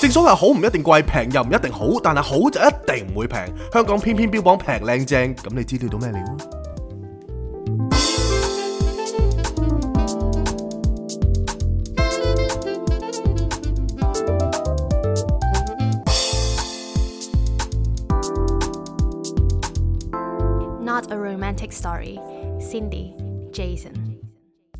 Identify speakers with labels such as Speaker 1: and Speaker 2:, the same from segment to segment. Speaker 1: 正所謂好唔一定貴，平又唔一定好，但係好就一定唔會平。香港偏偏標榜平靚正，咁你知道到咩料啊？
Speaker 2: Not a romantic story. Cindy, Jason。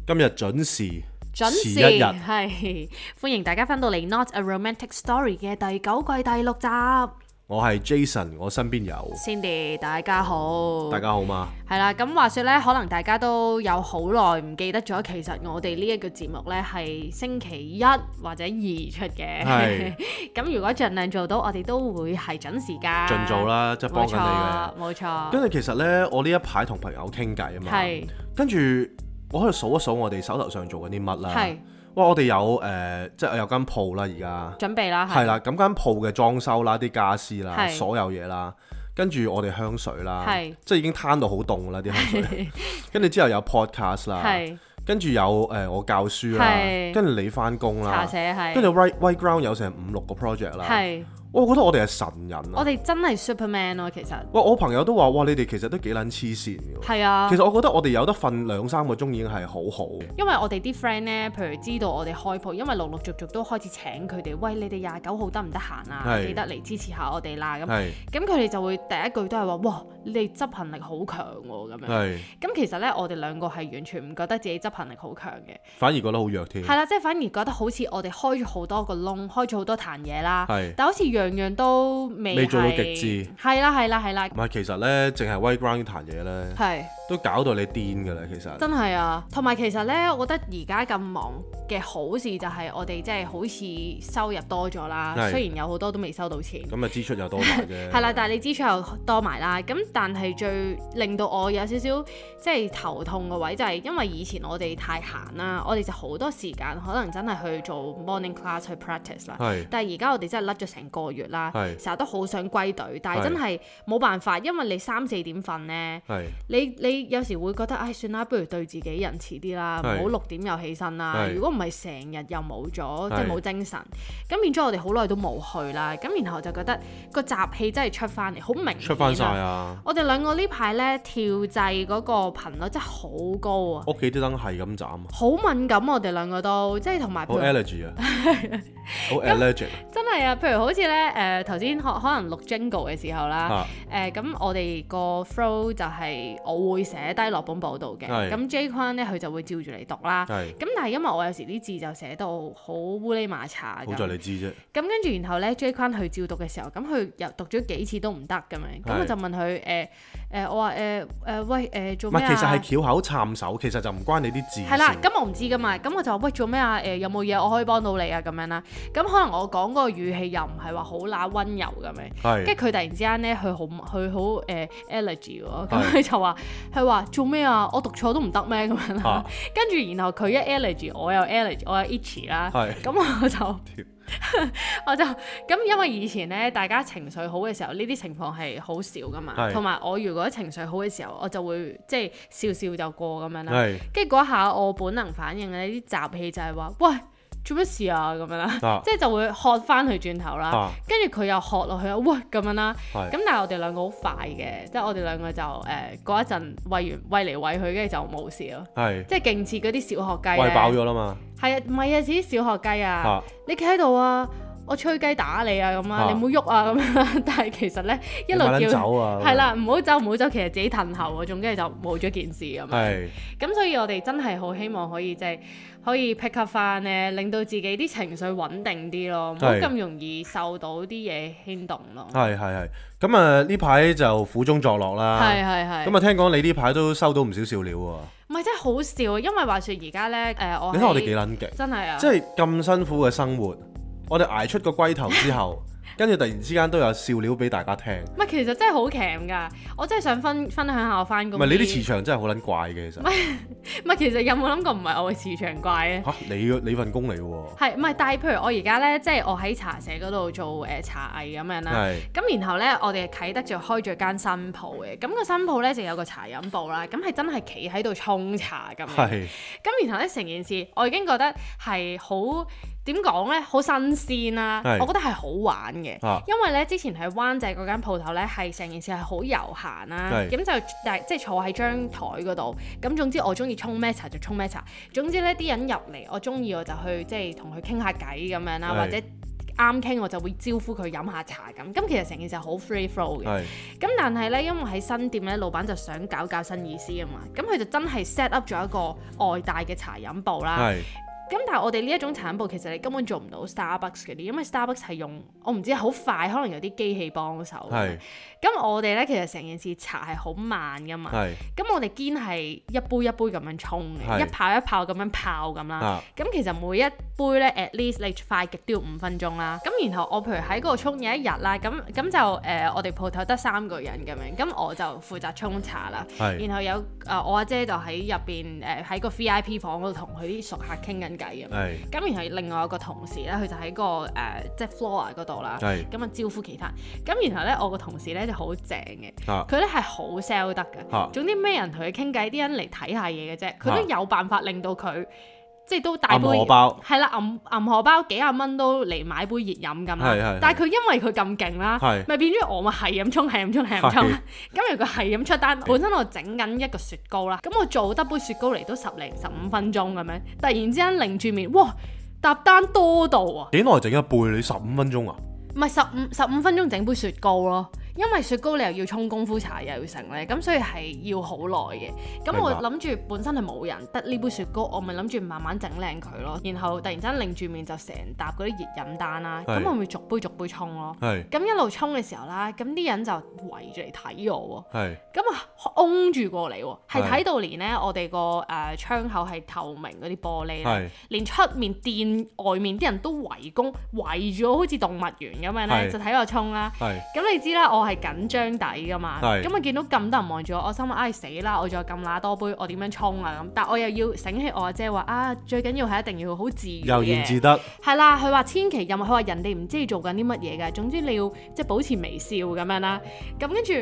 Speaker 1: 今日準時，
Speaker 2: 準時
Speaker 1: 遲一日
Speaker 2: 係歡迎大家翻到嚟《Not a Romantic Story》嘅第九季第六集。
Speaker 1: 我係 Jason，我身邊有
Speaker 2: Cindy，大家好。
Speaker 1: 大家好嘛？
Speaker 2: 係啦，咁話說呢，可能大家都有好耐唔記得咗，其實我哋呢一個節目呢係星期一或者二出
Speaker 1: 係
Speaker 2: 嘅。 咁如果盡量做到，我哋都會係準時㗎。
Speaker 1: 盡做啦即係幫緊你
Speaker 2: 冇錯。
Speaker 1: 跟
Speaker 2: 冇錯。
Speaker 1: 住其實呢，我呢一排同朋友傾偈啊嘛，
Speaker 2: 係
Speaker 1: 跟住我喺度數一數我哋手頭上做緊啲乜啦
Speaker 2: 係。
Speaker 1: 哇！我哋有誒、呃即係我有間鋪啦，而家
Speaker 2: 準備啦，
Speaker 1: 係啦，咁間鋪嘅裝修啦、啲家私啦、
Speaker 2: 係
Speaker 1: 所有嘢啦，跟住我哋香水啦
Speaker 2: 係，
Speaker 1: 即係已經攤到好凍啦啲香 水。跟住之後有 podcast 啦，
Speaker 2: 係
Speaker 1: 跟住有誒、呃我教書啦，
Speaker 2: 係
Speaker 1: 跟住你翻工
Speaker 2: 茶
Speaker 1: 啦，
Speaker 2: 社係
Speaker 1: 跟住 Right Right Ground 有成五六個 project 啦。
Speaker 2: 係。
Speaker 1: 哇我覺得我哋係神人
Speaker 2: 我
Speaker 1: 啊！
Speaker 2: 哋真係 Superman 咯，其實
Speaker 1: 哇！我朋友都話：哇！你哋其實都幾撚黐線嘅喎。
Speaker 2: 係啊
Speaker 1: 其，實我覺得我哋有得瞓兩三個鐘已經係好好嘅。
Speaker 2: 因為我哋啲 friend 呢，譬如知道我哋開鋪，因為陸陸續續都開始請佢哋，喂，你哋廿九號得唔得閒啊？
Speaker 1: 係
Speaker 2: 記得嚟支持下我哋啦，咁
Speaker 1: 係
Speaker 2: 咁佢哋就會第一句都係話，哇，你哋執行力好強喎，咁樣。
Speaker 1: 係，
Speaker 2: 咁其實呢，我哋兩個係完全唔覺得自己執行力好強嘅，
Speaker 1: 反而覺得好弱添。
Speaker 2: 係啦，即係反而覺得好似我哋開咗好多個窿，開咗好多壇嘢啦
Speaker 1: 係，
Speaker 2: 但好似樣樣都未
Speaker 1: 未做到
Speaker 2: 係
Speaker 1: 極致
Speaker 2: 係啦係啦係啦
Speaker 1: 唔，係，其實咧，淨係 White Ground 呢壇嘢咧，
Speaker 2: 係。
Speaker 1: 都搞到你癲㗎啦。其實
Speaker 2: 真係啊，同埋其實呢，我覺得而家咁忙嘅好事就係我哋即係好似收入多咗啦
Speaker 1: 係，
Speaker 2: 雖然有好多都未收到錢，
Speaker 1: 咁啊，支出又多埋啫。
Speaker 2: 係啦，但係你支出又多埋啦，咁但係最令到我有少少即係頭痛嘅位就係因為以前我哋太閒啦，我哋就好多時間可能真係去做 morning class 去 practice 啦，
Speaker 1: 係
Speaker 2: 但係而家我哋真係甩咗成個月啦
Speaker 1: 係，
Speaker 2: 成日都好想歸隊，但
Speaker 1: 係
Speaker 2: 係真係冇辦法，因為你三四點瞓呢。
Speaker 1: 係
Speaker 2: 你你有時會覺得，唉，算啦，不如對自己仁慈啲啦，唔
Speaker 1: 係
Speaker 2: 好六點又起身啦。
Speaker 1: 係
Speaker 2: 如果唔係，成日又冇咗，即
Speaker 1: 係
Speaker 2: 係冇精神。咁變咗我哋好耐都冇去啦。咁然後就覺得個習氣真係出翻嚟，好明顯啊
Speaker 1: 出翻晒！啊！
Speaker 2: 我哋兩個呢排呢，跳掣嗰個頻率真係好高啊！
Speaker 1: 屋企啲燈係咁斬啊，
Speaker 2: 好敏感，我哋兩個都即係同埋譬
Speaker 1: 好
Speaker 2: 如
Speaker 1: allergy 啊，好 allergic
Speaker 2: 真係啊！譬如好似呢，誒頭先可可能錄 jingle 嘅時候啦，
Speaker 1: 啊，
Speaker 2: 誒呃咁、我哋個 flow 就係我會寫低落本簿度嘅，
Speaker 1: 係
Speaker 2: 咁 J 框咧佢就會照住嚟讀啦。
Speaker 1: 係
Speaker 2: 咁但係因為我有時啲字就寫到好烏哩麻茶
Speaker 1: 好在
Speaker 2: 咁，
Speaker 1: 你知啫。
Speaker 2: 咁跟住然後咧 J 框佢照讀嘅時候，咁佢又讀咗幾次都唔得咁樣，咁
Speaker 1: 係
Speaker 2: 我就問佢誒誒我話誒誒喂誒、做
Speaker 1: 唔
Speaker 2: 咩
Speaker 1: 係，其實
Speaker 2: 啊
Speaker 1: 係？翹口撐手，其實就唔關你啲字事。
Speaker 2: 係啦，咁我唔知噶嘛，咁我就話喂做咩啊？誒、有冇嘢我可以幫到你啊？咁樣啦，咁可能我講嗰個語氣又唔係話好乸温柔咁樣。
Speaker 1: 係
Speaker 2: 跟住佢突然之間咧，佢好佢好誒 allergy
Speaker 1: 係
Speaker 2: 喎，咁佢就話佢話做咩啊？我讀錯都唔得咩咁樣啦
Speaker 1: 啊。
Speaker 2: 跟住然後佢一 allergy，我又 allergy，我又 itchy 啦。
Speaker 1: 係
Speaker 2: 咁我就 我就咁，因為以前咧，大家情緒好嘅時候，呢啲情況係好少噶嘛
Speaker 1: 係。
Speaker 2: 同埋我如果情緒好嘅時候，我就會即係笑笑就過咁樣啦。
Speaker 1: 係
Speaker 2: 跟住嗰下我本能反應咧，啲雜氣就係話：喂，做乜事啊？咁樣啦，
Speaker 1: 啊
Speaker 2: 即係就會喝翻佢轉頭啦。
Speaker 1: 啊
Speaker 2: 跟住佢又學落去啊，喂咁樣啦。
Speaker 1: 係
Speaker 2: 咁但係我哋兩個好快嘅，即係我哋兩個就誒嗰一陣喂完喂嚟喂去，跟住就冇事咯。
Speaker 1: 係，
Speaker 2: 即係啊勁似嗰啲小學雞
Speaker 1: 喂爆
Speaker 2: 咧，
Speaker 1: 咗啦嘛
Speaker 2: 係啊，唔係啊，似啲小學雞啊，
Speaker 1: 嚇，
Speaker 2: 你企喺度啊，我吹雞打你啊咁啊，
Speaker 1: 啊
Speaker 2: 你唔好喐啊 咁樣。但係其實咧一
Speaker 1: 一
Speaker 2: 路
Speaker 1: 路
Speaker 2: 叫
Speaker 1: 走啊，
Speaker 2: 係，啦，唔好走唔好走，其實自己褪後啊，仲跟住就冇咗件事咁樣。
Speaker 1: 係
Speaker 2: 咁所以我哋真係好希望可以即係可以 pick up 翻咧，令到自己啲情緒穩定啲咯，唔好
Speaker 1: 係
Speaker 2: 咁容易受到啲嘢牽動咯。
Speaker 1: 係係係。咁啊呢排就苦中作樂啦。
Speaker 2: 係係係。
Speaker 1: 咁啊聽講你呢排都收到唔少笑料喎。
Speaker 2: 唔係真係好笑，啊因為話說而家咧，誒、我
Speaker 1: 你睇我哋
Speaker 2: 喺
Speaker 1: 幾撚勁，
Speaker 2: 真係啊，
Speaker 1: 即係咁辛苦嘅生活，我哋捱出個龜頭之 後，跟住突然之間都有笑料俾大家聽。
Speaker 2: 唔係其實真係好強㗎，我真係想分分享下我翻
Speaker 1: 唔
Speaker 2: 工。
Speaker 1: 係你啲磁場真係好撚怪嘅，其實
Speaker 2: 唔係其實有冇諗過唔係我嘅磁場怪咧？
Speaker 1: 嚇你你份工嚟嘅喎，
Speaker 2: 係唔係？但係譬如我而家咧，即係我喺茶社嗰度做誒、呃茶藝咁樣啦。
Speaker 1: 係
Speaker 2: 咁然後咧，我哋啟德就開咗間新鋪嘅，咁、個新鋪咧就有個茶飲部啦，咁係真係企喺度沖茶咁樣。
Speaker 1: 係
Speaker 2: 咁然後咧成件事，我已經覺得係好點講呢？好新鮮啦、
Speaker 3: 係
Speaker 2: 我覺得係好玩嘅，
Speaker 3: 啊
Speaker 2: 因為呢之前喺灣仔嗰間鋪頭呢，係成件事係好悠閒啦、
Speaker 3: 係
Speaker 2: 咁就但係即係坐喺張台嗰度，咁總之我中意沖咩茶就沖咩茶，總之呢啲人入嚟我中意我就去即係同佢傾下偈咁樣啦，
Speaker 3: 係
Speaker 2: 或者啱傾我就會招呼佢飲下茶咁，咁其實成件事係好 free flow 嘅。
Speaker 3: 係
Speaker 2: 咁但係咧，因為喺新店咧，老闆就想搞搞新意思啊嘛，咁佢就真係 set up 咗一個外帶嘅茶飲部啦。
Speaker 3: 係
Speaker 2: 咁但係我哋呢一種茶飲部其實你根本做唔到 Starbucks 嗰啲，因為 Starbucks 係用我唔知好快，可能有啲機器幫手。
Speaker 3: 係
Speaker 2: 咁我哋咧其實成件事茶係好慢噶嘛，
Speaker 3: 係
Speaker 2: 咁我哋堅係一杯一杯咁樣沖嘅，
Speaker 3: 係
Speaker 2: 一泡一泡咁樣泡咁啦。
Speaker 3: 啊
Speaker 2: 咁其實每一杯咧，at least 你快極都要五分鐘啦。咁然後我譬如喺嗰度沖有一日啦，咁咁就誒、呃我哋鋪頭得三個人咁樣，咁我就負責沖茶啦。
Speaker 3: 係
Speaker 2: 然後有誒、呃我阿姐就喺入邊誒喺個 VIP 房嗰度同佢啲熟客傾緊偈咁樣。
Speaker 3: 係
Speaker 2: 咁然後另外有個同事咧，佢就喺個誒、呃即係 floor 嗰度啦，
Speaker 3: 係
Speaker 2: 咁啊招呼其他人。咁然後咧，我個同事咧就好正嘅。
Speaker 3: 啊
Speaker 2: 佢咧係好 sell 得嘅，
Speaker 3: 啊
Speaker 2: 總之咩人同佢傾偈，啲人嚟睇下嘢嘅啫，佢都有辦法令到佢即係都大
Speaker 3: 暗
Speaker 2: 杯，
Speaker 3: 荷包
Speaker 2: 係啦，銀銀荷包幾廿蚊都嚟買杯熱飲咁
Speaker 3: 係係
Speaker 2: 啦。但係佢因為佢咁勁啦
Speaker 3: 係，
Speaker 2: 咪變咗我咪係咁沖，係咁沖，係咁 沖啦。咁如果係咁出單，本身我整緊一個雪糕啦，咁我做得杯雪糕嚟都十零十五分鐘咁樣，突然之間擰住面，哇！搭單多到啊！
Speaker 3: 幾耐整一杯？你十五分鐘啊？
Speaker 2: 唔係十五十五分鐘整杯雪糕咯，因為雪糕你又要沖功夫茶又要成咧，咁所以係要好耐嘅。咁我
Speaker 3: 明白
Speaker 2: 諗住本身係冇人得呢杯雪糕，我咪諗住慢慢整靚佢咯。然後突然間擰住面就成沓嗰啲熱飲單啦，
Speaker 3: 係
Speaker 2: 咁我咪逐杯逐杯沖咯。
Speaker 3: 係
Speaker 2: 咁一路沖嘅時候啦，咁啲人就圍住嚟睇我喎。
Speaker 3: 係
Speaker 2: 咁啊，擁住過嚟喎，係
Speaker 3: 係
Speaker 2: 睇到連咧我哋個誒窗口係透明嗰啲玻璃咧
Speaker 3: 係，
Speaker 2: 連出面店外面啲人都圍攻圍住我，好似動物園咁樣咧，
Speaker 3: 係
Speaker 2: 就睇我衝啦。
Speaker 3: 係
Speaker 2: 咁你知啦，我係緊張底噶嘛，
Speaker 3: 係
Speaker 2: 咁啊見到咁多人望住我，我心諗唉死啦，我仲有咁乸多杯，我點樣衝啊咁？但我又要醒起我阿姐話啊，最緊要係一定要好自然
Speaker 3: 悠然
Speaker 2: 嘅
Speaker 3: 自 得
Speaker 2: 係啦，佢話千祈任何，佢話人哋唔知你做緊啲乜嘢㗎，總之你要即係保持微笑咁樣啦。咁跟住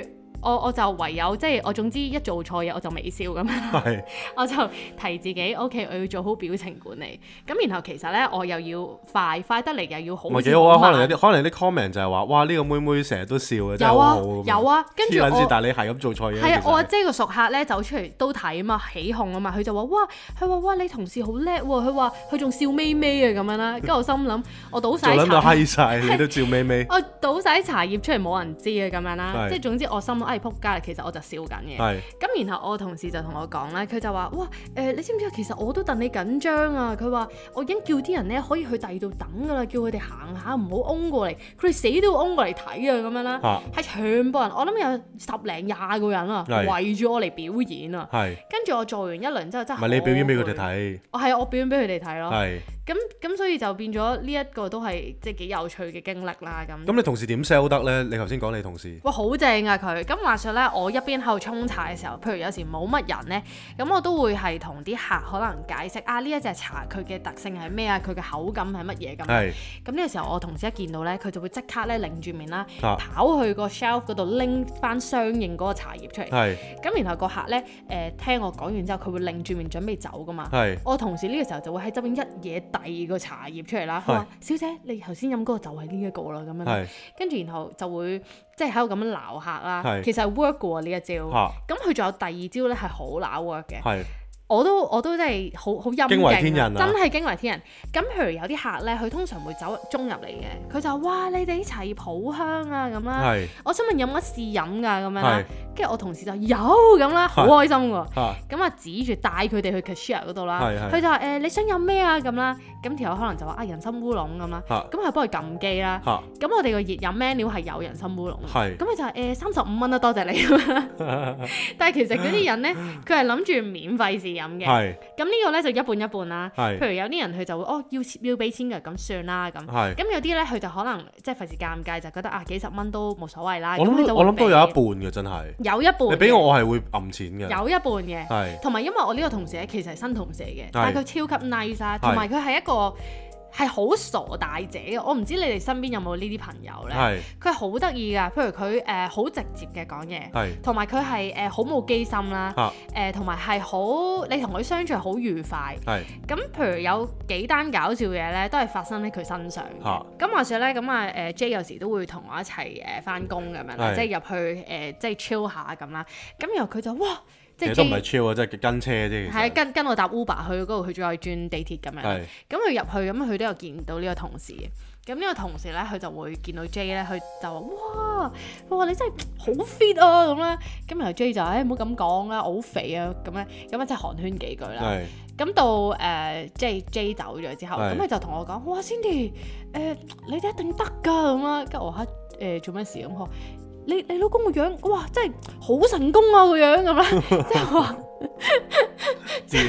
Speaker 2: 我我就唯有即係我總之一做錯嘢我就微笑咁樣，
Speaker 3: 係
Speaker 2: 我就提自己 OK，我要做好表情管理。咁然後其實呢，我又要快快得嚟，又要好
Speaker 3: 唔
Speaker 2: 似好
Speaker 3: 係幾好啊？可能有
Speaker 2: 慢
Speaker 3: 啲可能有啲 comment 就係話，哇呢個妹妹成日都笑嘅，真係
Speaker 2: 有
Speaker 3: 好
Speaker 2: 啊
Speaker 3: 好咁樣
Speaker 2: 有啊，跟住
Speaker 3: 黐撚線
Speaker 2: 我。
Speaker 3: 但係你係咁做錯嘢。
Speaker 2: 係啊，
Speaker 3: 其實
Speaker 2: 我阿姐個熟客咧走出嚟都睇啊嘛，起哄啊嘛，佢就話：哇，佢話哇你同事好叻喎，佢話佢仲笑眯眯啊咁樣啦。跟住我心諗，我倒
Speaker 3: 做
Speaker 2: 晒
Speaker 3: 撚到
Speaker 2: 茶，
Speaker 3: 閪晒，你都照眯 眯。
Speaker 2: 我倒晒茶葉出嚟冇人知啊咁樣啦。
Speaker 3: 係
Speaker 2: 即係總之我心諗，哎撲街啦，其實我就笑緊嘅。
Speaker 3: 係
Speaker 2: 咁然後我同事就同我講咧，佢就話：哇，誒、你知唔知啊？其實我都戥你緊張啊！佢話我已經叫啲人咧可以去第二度等㗎啦，叫佢哋行下，唔好擁過嚟，佢哋死都要擁過嚟睇啊咁樣啦。
Speaker 3: 啊
Speaker 2: 係全部人，我諗有十零廿個人啊，
Speaker 3: 係
Speaker 2: 圍住我嚟表演啊。
Speaker 3: 係，
Speaker 2: 跟住我做完一輪之後真
Speaker 3: 唔
Speaker 2: 係
Speaker 3: 係你表演俾佢哋
Speaker 2: 好攰，
Speaker 3: 睇，
Speaker 2: 我係我表演俾佢哋睇咯。
Speaker 3: 係。
Speaker 2: 咁咁所以就變咗呢一個都係即係幾有趣嘅經歷啦。咁
Speaker 3: 咁你同事點 sell 得呢？你頭先講你同事
Speaker 2: 哇，好正啊佢！咁話說咧，我一邊喺度沖茶嘅時候，譬如有時冇乜人呢，咁我都會係同啲客可能解釋啊呢一隻茶佢嘅特性係咩啊，佢嘅口感係乜嘢咁。咁呢
Speaker 3: 係
Speaker 2: 個時候我同事一見到呢，佢就會即刻咧擰住面啦，
Speaker 3: 啊
Speaker 2: 跑去個 shelf 嗰度拎翻相應嗰個茶葉出嚟。
Speaker 3: 係
Speaker 2: 咁然後個客呢，誒、聽我講完之後，佢會擰住面準備走噶嘛。
Speaker 3: 係
Speaker 2: 我同事呢個時候就會喺側邊一嘢遞個茶葉出嚟啦。佢話：小姐，你頭先飲嗰個就係呢一個啦，咁樣啦。
Speaker 3: 係
Speaker 2: 跟住然後就會即係喺度咁樣鬧客啦。
Speaker 3: 係
Speaker 2: 其實係 work 嘅喎呢一招。
Speaker 3: 嚇
Speaker 2: 咁佢仲有第二招咧係好鬧 work 嘅，
Speaker 3: 係
Speaker 2: 我都我都真係好好陰
Speaker 3: 驚為天
Speaker 2: 勁啊
Speaker 3: 人啊
Speaker 2: 真係驚為天人。咁譬如有啲客咧，佢通常會走中入嚟嘅，佢就話：哇，你哋啲茶葉好香啊咁啦。
Speaker 3: 係
Speaker 2: 我想問有冇得試飲㗎咁樣啦
Speaker 3: 係。
Speaker 2: 跟住我同事就有咁啦，好開心喎。
Speaker 3: 嚇
Speaker 2: 咁啊指住帶佢哋去 cashier 嗰度啦，
Speaker 3: 係係
Speaker 2: 佢就話誒、你想飲咩啊咁啦，咁條友可能就話啊人參烏龍咁啦，
Speaker 3: 嚇
Speaker 2: 咁係幫佢撳機啦。
Speaker 3: 嚇
Speaker 2: 咁我哋個熱飲 menu 係有人參烏龍嘅，
Speaker 3: 係
Speaker 2: 咁佢就話誒三十五蚊啦，多謝你 咁樣。但係其實嗰啲人咧，佢係諗住免費試飲嘅，
Speaker 3: 係
Speaker 2: 咁呢個咧就一半一半啦。
Speaker 3: 係
Speaker 2: 譬如有啲人佢就會哦要要俾錢嘅，咁算啦咁。
Speaker 3: 係。
Speaker 2: 咁有啲咧佢就可能即係費事尷尬，就覺得啊幾十蚊都冇所謂啦。
Speaker 3: 我
Speaker 2: 咁佢
Speaker 3: 諗
Speaker 2: 就
Speaker 3: 都
Speaker 2: 會
Speaker 3: 我諗都有一半
Speaker 2: 俾
Speaker 3: 嘅真係，
Speaker 2: 有一半嘅，
Speaker 3: 你俾我我係會揞錢嘅，
Speaker 2: 嗯有一半嘅。
Speaker 3: 係
Speaker 2: 啊同埋因為我呢個同事咧，其實係新同事嚟嘅，但係佢超級 nice 啦，同埋佢係一個係好傻大姐嘅。我唔知你哋身邊有冇呢啲朋友咧？
Speaker 3: 係
Speaker 2: 佢好得意㗎，譬如佢誒好直接嘅講嘢，
Speaker 3: 係
Speaker 2: 同埋佢係誒好冇機心啦，
Speaker 3: 啊
Speaker 2: 誒同埋係好你同佢相處係好愉快。
Speaker 3: 係
Speaker 2: 咁譬如有幾單搞笑嘢咧，都係發生喺佢身上嘅
Speaker 3: 嚇
Speaker 2: 咁話說咧，咁啊誒 J 有時都會同我一齊誒翻工咁樣啦，
Speaker 3: 係
Speaker 2: 即係入去誒、呃即係 chill 下咁啦。咁然後佢就哇，即
Speaker 3: 其
Speaker 2: 係
Speaker 3: 實都唔係
Speaker 2: J
Speaker 3: chill 啊，即係跟車啫。其實
Speaker 2: 係跟跟我搭 Uber 去嗰度，佢再轉地鐵咁樣啦。
Speaker 3: 係
Speaker 2: 咁佢入去咁，啊佢都有見到呢個同事嘅。咁呢個同事咧，佢就會見到 J 咧，佢就話：哇，佢話你真係好 fit 啊咁啦。咁然後 J 就誒唔好咁講啦，我好肥啊咁咧，咁啊即係寒暄幾句啦。
Speaker 3: 係
Speaker 2: 咁到誒、呃、J J 走咗之後，
Speaker 3: 係
Speaker 2: 咁佢就同我講：哇，Cindy，誒、你哋一定得㗎咁啦。跟住我話嚇誒做咩事咁？佢話你你老公個樣，哇，真係好成功啊個樣咁啦。即係話啊
Speaker 3: 屌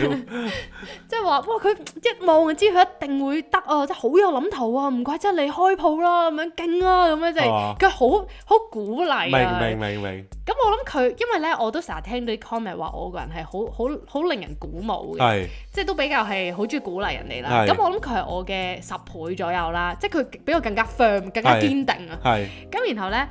Speaker 2: 即係話哇，佢一望就知佢一定會得啊！即係好有諗頭啊，唔怪之得你開鋪啦，咁樣勁啊，咁樣即
Speaker 3: 係
Speaker 2: 係
Speaker 3: 嘛
Speaker 2: 佢好好鼓勵啊。
Speaker 3: 明明明明
Speaker 2: 咁我諗佢，因為咧我都成日聽到啲 comment 話我個人係好好好令人鼓舞嘅。
Speaker 3: 係
Speaker 2: 即係都比較係好中意鼓勵人哋啦。
Speaker 3: 係
Speaker 2: 咁我諗佢係我嘅十倍左右啦，即係佢比我更加 firm、更加
Speaker 3: 係
Speaker 2: 堅定啊。
Speaker 3: 係
Speaker 2: 咁然後呢，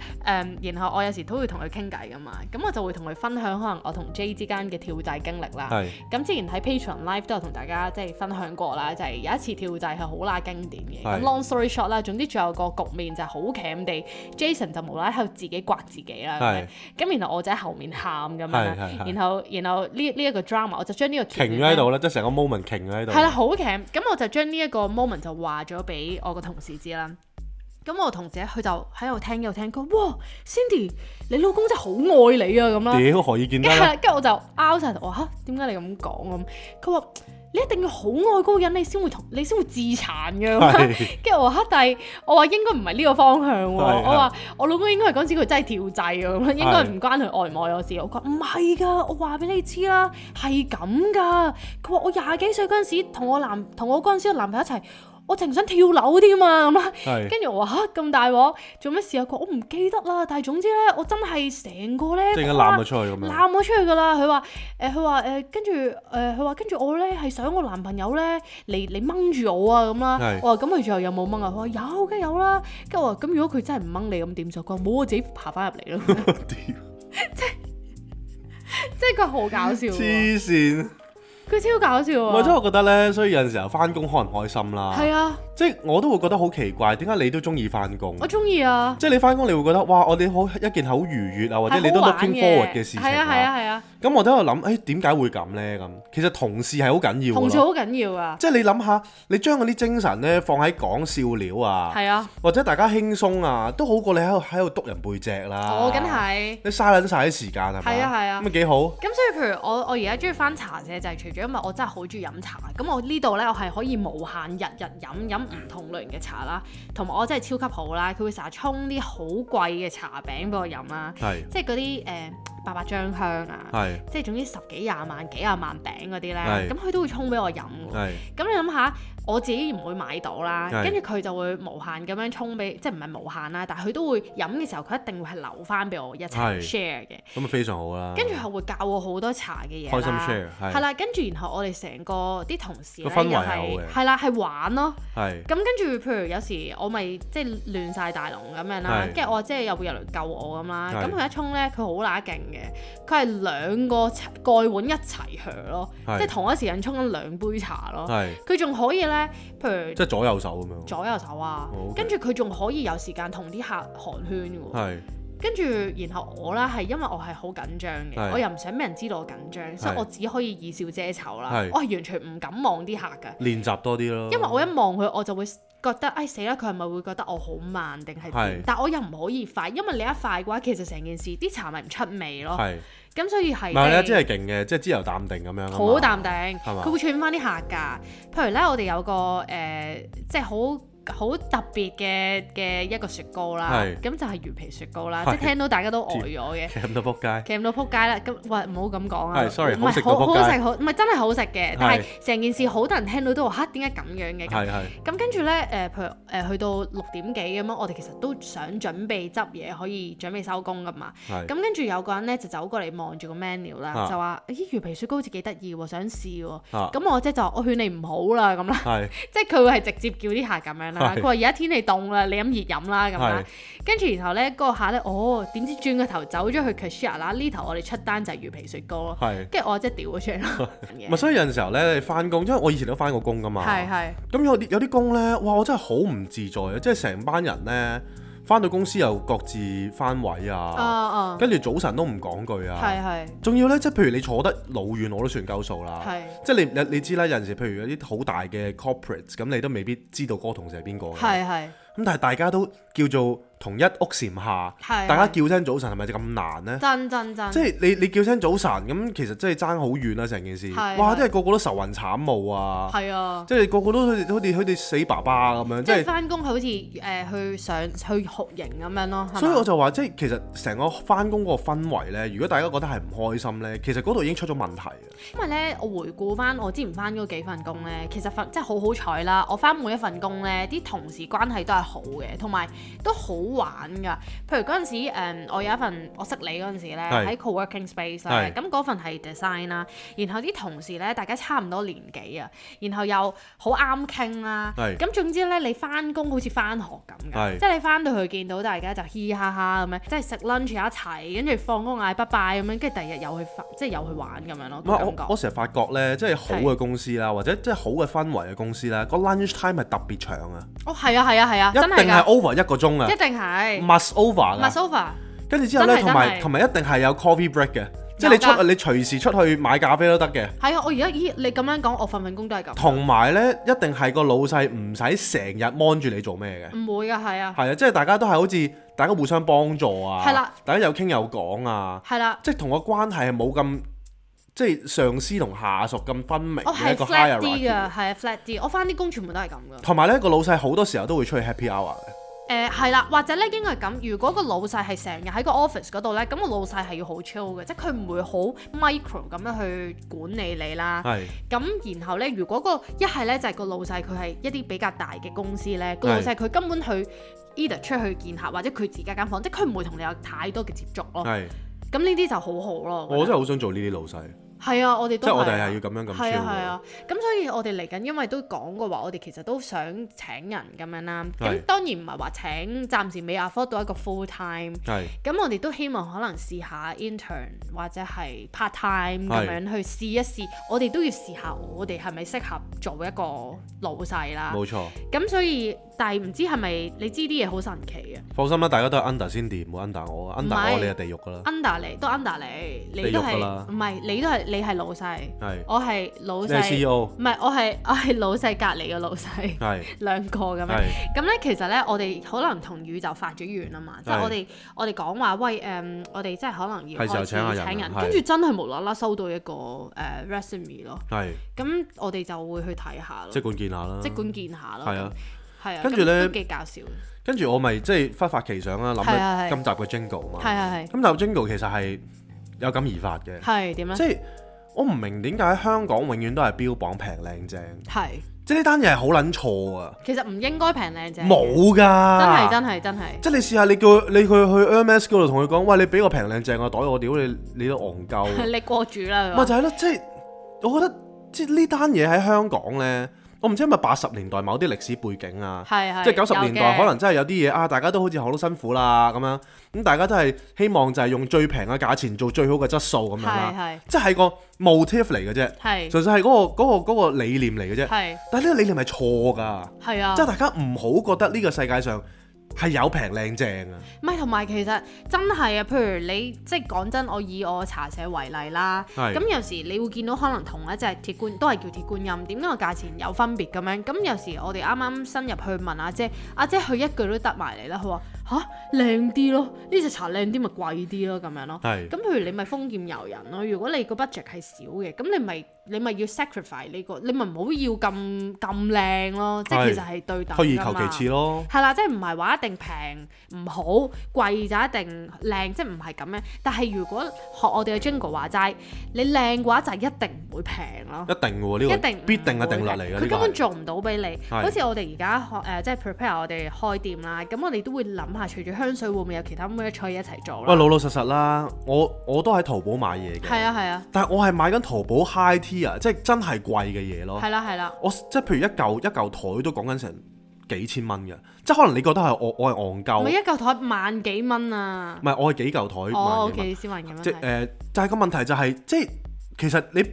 Speaker 2: 誒、然後我有時都會同佢傾偈噶嘛，咁我就會同佢分享可能我同 J 之間嘅跳掣經歷啦。
Speaker 3: 係
Speaker 2: 咁之前喺 Patreon Live 都有同大家即係分享過啦，就係、有一次跳掣係好啦經典嘅。咁
Speaker 3: 係
Speaker 2: long story short 啦，總之最後個局面就係好僾地，Jason 就無啦啦喺度自己刮自己啦。咁樣
Speaker 3: 係
Speaker 2: 咁然後我就喺後面喊咁樣啦
Speaker 3: 係係係
Speaker 2: 然後然後呢呢一個 drama 我就將呢個橋
Speaker 3: 停
Speaker 2: 段
Speaker 3: 咗喺
Speaker 2: 呢
Speaker 3: 度啦，即係成個 moment 停咗喺度。
Speaker 2: 啊係啦，好 cam。咁我就將呢一個 moment 就話咗俾我個同事知啦。咁我同事咧，佢就喺度聽，喺度聽，佢話哇，Cindy，你老公真係好愛你啊咁啦。
Speaker 3: 屌何以見得
Speaker 2: 跟住
Speaker 3: 啦？
Speaker 2: 跟住我就拗晒頭，我話嚇點解你咁講咁？佢話你一定要好愛嗰個人，你先會同你先會自殘嘅咁啦。
Speaker 3: 係
Speaker 2: 跟住我話嚇，但係我話應該唔係呢個方向喎。
Speaker 3: 係係
Speaker 2: 我話我老公應該係嗰陣時佢真係跳掣嘅咁樣，應該唔關佢愛唔愛我事。我講唔係㗎，我話俾你知啦，係咁㗎。佢話我廿幾歲嗰陣時同我男同我嗰陣時嘅男朋友一齊，我淨想跳樓添啊咁啦。
Speaker 3: 係
Speaker 2: 跟住我話嚇咁大鑊，做咩事啊？佢話我唔記得啦，但係總之咧，我真係成個咧
Speaker 3: 即係而家攬咗出去咁樣。
Speaker 2: 攬我出去噶啦！佢話誒，佢話誒，跟住誒，佢話跟住我咧係想我男朋友咧嚟嚟掹住我啊咁啦
Speaker 3: 係。
Speaker 2: 我話咁佢最後有冇掹啊？佢話有，梗係有啦。跟住我話咁如果佢真係唔掹你咁點就佢話冇，我自己爬翻入嚟咯。
Speaker 3: 屌
Speaker 2: 即係佢好搞笑喎，
Speaker 3: 黐線！
Speaker 2: 佢超搞笑
Speaker 3: 唔係，即係
Speaker 2: 啊！
Speaker 3: 我覺得咧，所以有陣時候翻工可能開心啦。
Speaker 2: 係啊，
Speaker 3: 即係我都會覺得好奇怪，點解你都中意翻工
Speaker 2: 我？中意啊，
Speaker 3: 即係你翻工，你會覺得哇，我哋好一件好愉悅啊，或者
Speaker 2: 係
Speaker 3: 你
Speaker 2: 好
Speaker 3: 都
Speaker 2: 玩
Speaker 3: looking forward 嘅事情
Speaker 2: 係啊係
Speaker 3: 啊。
Speaker 2: 啊係啊，
Speaker 3: 咁我都喺度諗，誒點解會咁呢？咁其實同事係好緊要
Speaker 2: 同
Speaker 3: 㗎
Speaker 2: 事
Speaker 3: 咯。
Speaker 2: 好緊要啊，
Speaker 3: 即係你諗下，你將嗰啲精神呢放喺講笑料啊，
Speaker 2: 係啊，
Speaker 3: 或者大家輕鬆啊，都好過你喺度喺度篤人背脊啦。
Speaker 2: 我哦梗。係。
Speaker 3: 你嘥撚晒啲時間係啊咪？
Speaker 2: 係啊係啊
Speaker 3: 咁咪幾好？
Speaker 2: 咁所以譬如我我而家中意翻茶社就係除咗因為我真係好中意飲茶，咁我呢度呢，我係可以無限日日飲飲唔同類型嘅茶啦，同埋我真係超級好啦，佢會成日沖啲好貴嘅茶餅俾我飲啦，
Speaker 3: 係
Speaker 2: 即係嗰啲誒白白醬香啊，
Speaker 3: 係
Speaker 2: 即係總之十幾廿萬幾廿萬餅嗰啲呢，
Speaker 3: 係
Speaker 2: 咁佢都會沖俾我飲㗎
Speaker 3: 係
Speaker 2: 咁你諗下，我自己唔會買到啦，
Speaker 3: 係
Speaker 2: 跟住佢就會無限咁樣沖俾，即係唔係無限啦，但係佢都會飲嘅時候，佢一定會係留翻俾我一齊
Speaker 3: 係
Speaker 2: share 嘅。
Speaker 3: 咁咪非常好啦。
Speaker 2: 跟住佢會教我好多茶嘅嘢啦
Speaker 3: 開心 share，係
Speaker 2: 係啦，跟住然後我哋成個啲同事咧
Speaker 3: 個氛圍
Speaker 2: 又
Speaker 3: 係好
Speaker 2: 係
Speaker 3: 嘅
Speaker 2: 係啦，係玩咯。
Speaker 3: 係
Speaker 2: 咁跟住譬如有時我咪即係亂晒大龍咁樣啦，
Speaker 3: 係
Speaker 2: 跟住我姐有冇入嚟救我咁啦。
Speaker 3: 係
Speaker 2: 咁佢一衝咧，佢好乸勁嘅，佢係兩個茶蓋碗一齊喝咯，
Speaker 3: 係
Speaker 2: 即係同一時間沖緊兩杯茶咯。
Speaker 3: 係，
Speaker 2: 佢仲可以咧，譬如
Speaker 3: 即係左右手咁樣。
Speaker 2: 左右手啊
Speaker 3: 哦，OK，
Speaker 2: 跟住佢仲可以有時間同啲客寒暄嘅喎。
Speaker 3: 係
Speaker 2: 跟住，然後我啦，係因為我係好緊張嘅，
Speaker 3: 係
Speaker 2: 我又唔想俾人知道我緊張，所以
Speaker 3: 係
Speaker 2: 我只可以以笑遮醜啦
Speaker 3: 係。
Speaker 2: 我係完全唔敢望啲客㗎，
Speaker 3: 練習多啲咯。
Speaker 2: 因為我一望佢，我就會覺得，哎死啦！佢係咪會覺得我好慢定係點
Speaker 3: 係？
Speaker 2: 但我又唔可以快，因為你一快嘅話，其實成件事啲茶咪唔出味咯。
Speaker 3: 係
Speaker 2: 咁所以
Speaker 3: 唔係咧，
Speaker 2: 係
Speaker 3: 即係勁嘅，即係之後淡定咁樣啊嘛。
Speaker 2: 好淡定，
Speaker 3: 係嘛
Speaker 2: 佢會串翻啲客㗎。譬如咧，我哋有個誒、呃即係好好特別嘅嘅一個雪糕啦，
Speaker 1: 係
Speaker 2: 咁就係魚皮雪糕啦，即
Speaker 1: 係
Speaker 2: 係聽到大家都呆咗嘅。
Speaker 1: 夾到仆街，
Speaker 2: 夾到撲街啦！咁喂，唔好咁講啊！
Speaker 1: 係，sorry，
Speaker 2: 唔
Speaker 1: 好食
Speaker 2: 係
Speaker 1: 到
Speaker 2: 好
Speaker 1: 仆
Speaker 2: 好
Speaker 1: 街
Speaker 2: 食好，唔係真係好食嘅。但係
Speaker 1: 係
Speaker 2: 成件事好多人聽到都話吓，點解咁樣嘅？咁
Speaker 1: 係係
Speaker 2: 咁跟住咧，誒、譬如誒、去到六點幾咁樣，我哋其實都想準備執嘢，可以準備收工噶嘛。
Speaker 1: 係
Speaker 2: 咁跟住有個人咧就走過嚟望住個 menu 啦，
Speaker 1: 啊
Speaker 2: 就話：咦，魚皮雪糕好似幾得意喎，想試喎。
Speaker 1: 啊
Speaker 2: 咁我即係就話我勸你唔好啦，咁啦，
Speaker 1: 係
Speaker 2: 即係佢會係直接叫啲客咁樣啦。
Speaker 1: 係
Speaker 2: 佢話而家天氣凍啦，你飲熱飲啦咁
Speaker 1: 係。
Speaker 2: 啦跟住然後咧，嗰、個客咧，哦，點知轉個頭走咗去 cashier 啦，呢頭我哋出單就係魚皮雪糕咯。
Speaker 1: 係。
Speaker 2: 跟住我即係掉咗出嚟咯。
Speaker 1: 咪所以有陣時候咧，你翻工，因為我以前都翻過工噶嘛。
Speaker 2: 係係
Speaker 1: 咁有啲有啲工咧，哇！我真係好唔自在啊！即係成班人咧，翻到公司又各自翻位
Speaker 2: 啊
Speaker 1: 啊，
Speaker 2: 啊，
Speaker 1: 跟住早晨都唔講句啊。
Speaker 2: 係係
Speaker 1: 仲要咧，即係譬如你坐得老遠，我都算鳩數啦。
Speaker 2: 係
Speaker 1: 即係你你你知啦，有陣時譬如有啲好大嘅 corporate，咁你都未必知道嗰個同事係邊個嘅。
Speaker 2: 係係。
Speaker 1: 咁但係大家都叫做同一屋檐下，
Speaker 2: 係
Speaker 1: 大家
Speaker 2: 係
Speaker 1: 叫聲早晨係咪咁難呢？
Speaker 2: 真真真，
Speaker 1: 即係你你叫聲早晨，咁其實真係爭好遠啦、成件事。
Speaker 2: 係
Speaker 1: 哇！
Speaker 2: 係
Speaker 1: 真係個個都愁雲慘霧啊！
Speaker 2: 係啊！
Speaker 1: 即係個個都好似好似好似死爸爸咁樣，即
Speaker 2: 即係
Speaker 1: 係。
Speaker 2: 翻工好似誒去上去酷刑咁樣咯，係嘛
Speaker 1: 所以我就話，即係其實成個翻工嗰個氛圍呢，如果大家覺得係唔開心呢，其實嗰度已經出咗問題啊嘅。
Speaker 2: 因為咧，我回顧翻我之前翻嗰幾份工咧，其實份即係好好彩啦。我翻每一份工咧，啲同事關係都係好嘅，同埋都好玩噶。譬如嗰陣時誒我有一份我識你嗰陣時咧，
Speaker 1: 係
Speaker 2: 喺 co-working space
Speaker 1: 係，
Speaker 2: 咧咁嗰份係 design 啦。然後啲同事咧，大家差唔多年紀啊，然後又好啱傾啦。
Speaker 1: 係
Speaker 2: 咁總之咧，你翻工好似翻學咁㗎，
Speaker 1: 係
Speaker 2: 即係你翻到去見到大家就嘻嘻哈哈咁樣，即係食 lunch 一齊，跟住放工嗌拜拜咁樣，跟住第二日又去發即係又去玩咁樣咯。
Speaker 1: 唔係
Speaker 2: 個
Speaker 1: 我
Speaker 2: 感覺
Speaker 1: 我成日發覺呢，即係好嘅公司啦，或者即係好嘅氛圍嘅公司啦，個 lunch time 係特別長啊，
Speaker 2: 哦，係啊，係啊，係啊，
Speaker 1: 一
Speaker 2: 真係
Speaker 1: 定係
Speaker 2: 㗎，
Speaker 1: over 一個鐘啊
Speaker 2: 一定係。
Speaker 1: ，must over
Speaker 2: 唔係
Speaker 1: 㗎。
Speaker 2: sofa，
Speaker 1: 跟住之後咧，
Speaker 2: 真
Speaker 1: 同
Speaker 2: 係真
Speaker 1: 埋
Speaker 2: 係
Speaker 1: 同埋一定係有 coffee break 嘅，即係你
Speaker 2: 有㗎
Speaker 1: 出你隨時出去買咖啡都得嘅。
Speaker 2: 係啊！我而家咦，你咁樣講，我份份工都係咁，
Speaker 1: 同埋呢，一定係個老細唔使成日 mon 住你做咩嘅，
Speaker 2: 唔會㗎，係啊，
Speaker 1: 係啊，即係大家都係好似大家互相幫助啊，
Speaker 2: 係啦，
Speaker 1: 大家有傾有講啊，
Speaker 2: 係啦，
Speaker 1: 即係同個關係係冇咁即係上司同下屬咁分明嘅
Speaker 2: 我哦係
Speaker 1: 一個
Speaker 2: flat 啲㗎，係
Speaker 1: hierarchy。
Speaker 2: 啊 flat 啲，我翻啲工全部都係咁㗎。
Speaker 1: 同埋呢個老細好多時候都會出去 happy hour 嘅，
Speaker 2: 誒係啦，或者咧應該係咁。如果個老細係成日喺個 office 嗰度咧，咁個老細係要好 chill 嘅，即係佢唔會好 micro 咁樣去管理你啦。
Speaker 1: 係
Speaker 2: 咁然後咧，如果個一係咧就係個老細佢係一啲比較大嘅公司咧，個老細佢根本去 either 出去見客或者佢自己間房，即係佢唔會同你有太多嘅接觸咯。
Speaker 1: 係，
Speaker 2: 咁呢啲就好好咯。
Speaker 1: 我
Speaker 2: 哦覺
Speaker 1: 真係好想做呢啲老細，
Speaker 2: 得係啊，我哋
Speaker 1: 即
Speaker 2: 都
Speaker 1: 係我
Speaker 2: 係
Speaker 1: 哋
Speaker 2: 啊
Speaker 1: 係要咁樣咁 chill
Speaker 2: 係啊係
Speaker 1: 嘅。
Speaker 2: 啊，咁所以我哋嚟緊，因為都講過話，我哋其實都想請人咁樣啦。咁
Speaker 1: 係
Speaker 2: 當然唔係話請，暫時未 afford 到一個 full time。
Speaker 1: 係
Speaker 2: 咁我哋都希望可能試下 intern 或者係 part time
Speaker 1: 係
Speaker 2: 咁樣去試一試。我哋都要試下，我哋係咪適合做一個老細啦？
Speaker 1: 冇錯。
Speaker 2: 咁所以，但係唔知係咪你知啲嘢好神奇啊嘅
Speaker 1: 放心啦，大家都係 under 先掂，唔好 under 我啊
Speaker 2: 唔
Speaker 1: ，under
Speaker 2: 係啊
Speaker 1: 我你係地獄噶啦，
Speaker 2: ？under 你都 under 你，你
Speaker 1: 地
Speaker 2: 都
Speaker 1: 獄
Speaker 2: 係
Speaker 1: 啊㗎啦
Speaker 2: 唔係？你都係你係老細，
Speaker 1: 係
Speaker 2: 我係老
Speaker 1: 你
Speaker 2: 細
Speaker 1: 係 E CEO，
Speaker 2: 唔係，我係我係老細隔離嘅老細，
Speaker 1: 係
Speaker 2: 兩個咁樣。
Speaker 1: 係
Speaker 2: 咁咧，其實咧，我哋可能同宇宙發咗願啊嘛，即係
Speaker 1: 係
Speaker 2: 我哋我哋講話，喂誒、嗯我哋真係可能要
Speaker 1: 係時候
Speaker 2: 開始
Speaker 1: 請下人啦啊
Speaker 2: 請人，
Speaker 1: 係
Speaker 2: 跟住真係無啦啦收到一個誒、resume 咯，
Speaker 1: 係，
Speaker 2: 咁我哋就會去睇下
Speaker 1: 即
Speaker 2: 咯，
Speaker 1: 管見下啦
Speaker 2: 即。管見下咯，
Speaker 1: 係啊，
Speaker 2: 咁，係啊，
Speaker 1: 跟住
Speaker 2: 咁
Speaker 1: 呢
Speaker 2: 都幾搞笑嘅，
Speaker 1: 跟住我咪即係忽發奇想啦，諗
Speaker 2: 係啊係
Speaker 1: 起今集嘅 Jingle 嘛。
Speaker 2: 係係係
Speaker 1: 今集 Jingle 其實係有感而發嘅，
Speaker 2: 係啊點咧？
Speaker 1: 即係我唔明點解香港永遠都係標榜平靚正，
Speaker 2: 係
Speaker 1: 即係呢單嘢係好撚錯啊！
Speaker 2: 其實唔應該平靚仔，
Speaker 1: 冇啊㗎，真
Speaker 2: 真係真係真係，
Speaker 1: 即係你試下你叫佢你佢去 MS 嗰度同佢講，喂，你俾個平靚正個袋我，屌你你都戇鳩。
Speaker 2: 你過主啦，佢話
Speaker 1: 咪就係咯，即係我覺得即係呢單嘢喺香港呢，我唔知係咪八十年代某啲歷史背景啊，
Speaker 2: 係係
Speaker 1: 即係九十年代
Speaker 2: 有嘅
Speaker 1: 可能真係有啲嘢啊，大家都好似學到辛苦啦咁樣，咁大家都係希望就係用最平嘅價錢做最好嘅質素咁樣
Speaker 2: 係
Speaker 1: 啦，
Speaker 2: 係
Speaker 1: 即係個 motif 嚟嘅啫，
Speaker 2: 係
Speaker 1: 純粹係嗰個嗰個嗰個理念嚟嘅啫。
Speaker 2: 係
Speaker 1: 但係呢個理念係錯㗎，
Speaker 2: 係啊
Speaker 1: 即係。大家唔好覺得呢個世界上係有平靚正啊，
Speaker 2: 唔係，同埋其實真係啊，譬如你即係講真，我以我茶社為例啦，
Speaker 1: 係
Speaker 2: 咁有時你會見到可能同一隻鐵觀都係叫鐵觀音，點解個價錢有分別咁樣？咁有時我哋啱啱新入去問阿姐，阿姐佢一句都答埋嚟啦，佢話吓吓靚啲咯，呢隻茶靚啲咪貴啲咯咁樣咯。
Speaker 1: 係
Speaker 2: 咁譬如你咪封劍遊人咯，如果你個 budget 係少嘅，咁你咪你咪要 sacrifice 呢、個，你咪唔好要咁咁靚咯，即係
Speaker 1: 係
Speaker 2: 其實係對等
Speaker 1: 退而
Speaker 2: 㗎嘛
Speaker 1: 求其次咯。
Speaker 2: 係啦，即係唔係話一定平唔好，貴就一定靚，即係唔係咁樣。但係如果學我哋嘅 Jingle 話齋，你靚嘅話就一定唔會平咯
Speaker 1: 一。定喎，
Speaker 2: 一
Speaker 1: 呢
Speaker 2: 定嗯
Speaker 1: 個
Speaker 2: 唔
Speaker 1: 必定嘅定律
Speaker 2: 會
Speaker 1: 嚟嘅。呢
Speaker 2: 佢
Speaker 1: 個
Speaker 2: 根本
Speaker 1: 係
Speaker 2: 做唔到俾你。
Speaker 1: 係
Speaker 2: 好似我哋而家學誒，即係 prepare 我哋開店啦，咁我哋都會諗下，除咗香水會唔會有其他 merch 可以一齊做
Speaker 1: 喂
Speaker 2: 啦？
Speaker 1: 老老實實啦，我我都喺淘寶買嘢
Speaker 2: 係
Speaker 1: 嘅，
Speaker 2: 啊係啊
Speaker 1: 但係我係買緊淘寶 high tier，啊即係真係貴嘅嘢咯。
Speaker 2: 係啦係啦，
Speaker 1: 我即係譬如一嚿一嚿台都講緊成幾千蚊嘅，即係可能你覺得係我我係戇鳩，
Speaker 2: 咪
Speaker 1: 唔
Speaker 2: 一嚿台萬幾蚊啊！
Speaker 1: 係我係哦幾嚿台買
Speaker 2: 哦
Speaker 1: 嘅嘛
Speaker 2: ，OK，先萬幾蚊
Speaker 1: 即
Speaker 2: 係
Speaker 1: 係誒，但係個問題就係即係其實你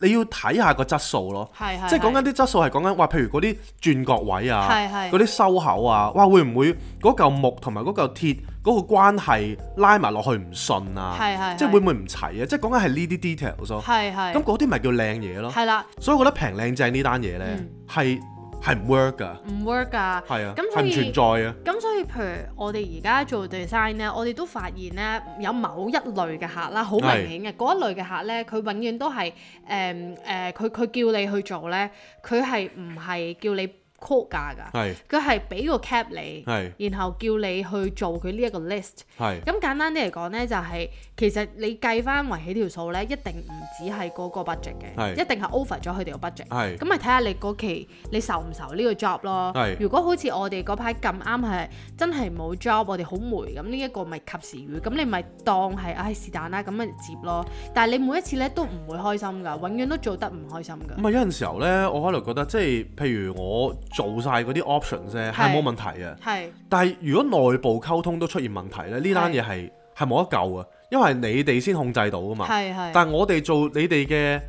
Speaker 1: 你要睇下個質素咯。
Speaker 2: 係係，
Speaker 1: 即係講緊啲質素係講緊話，譬如嗰啲轉角位啊，
Speaker 2: 係係
Speaker 1: 嗰啲收口啊，哇會唔會嗰嚿木同埋嗰嚿鐵嗰個關係拉埋落去唔順啊？
Speaker 2: 係係
Speaker 1: 即係會唔會唔齊啊？即係講緊係呢啲 details 咯。
Speaker 2: 係係
Speaker 1: 咁嗰啲咪叫靚嘢咯。
Speaker 2: 係嗯啦，
Speaker 1: 所以我覺得平靚正呢單嘢呢，係係唔 work 㗎，
Speaker 2: 唔 work 㗎。
Speaker 1: 係啊，
Speaker 2: 咁所
Speaker 1: 係唔
Speaker 2: 以
Speaker 1: 存在嘅。
Speaker 2: 咁所以，譬如我哋而家做 design 咧，我哋都發現咧，有某一類嘅客啦，好明顯嘅嗰一類嘅客咧，佢永遠都係誒誒，佢佢叫你去做咧，佢係唔係叫你 call 價㗎？
Speaker 1: 係
Speaker 2: 佢係俾個 cap 你，
Speaker 1: 係
Speaker 2: 然後叫你去做佢呢一個 list。
Speaker 1: 係
Speaker 2: 咁簡單啲嚟講呢，就係、其實你計翻圍起條數呢，一定唔止係嗰個 budget 嘅，
Speaker 1: 係
Speaker 2: 一定係 over 咗佢哋個 budget。
Speaker 1: 係
Speaker 2: 咁咪睇下你嗰期你受唔受呢個 job 咯
Speaker 1: 係。
Speaker 2: 如果好似我哋嗰排咁啱係真係冇 job，我哋好霉咁，呢一個咪及時雨，咁你咪當係唉是但啦，咁咪接咯。但係你每一次呢都唔會開心㗎，永遠都做得唔開心
Speaker 1: 唔
Speaker 2: 㗎。
Speaker 1: 係啊有陣時候呢，我可能覺得即係譬如我做晒嗰啲 options 咧，係
Speaker 2: 係
Speaker 1: 冇問題嘅。
Speaker 2: 係
Speaker 1: 但係如果內部溝通都出現問題咧，呢單嘢係係冇得救啊，因為你哋先控制到噶嘛。
Speaker 2: 係係。
Speaker 1: 但係我哋做你哋嘅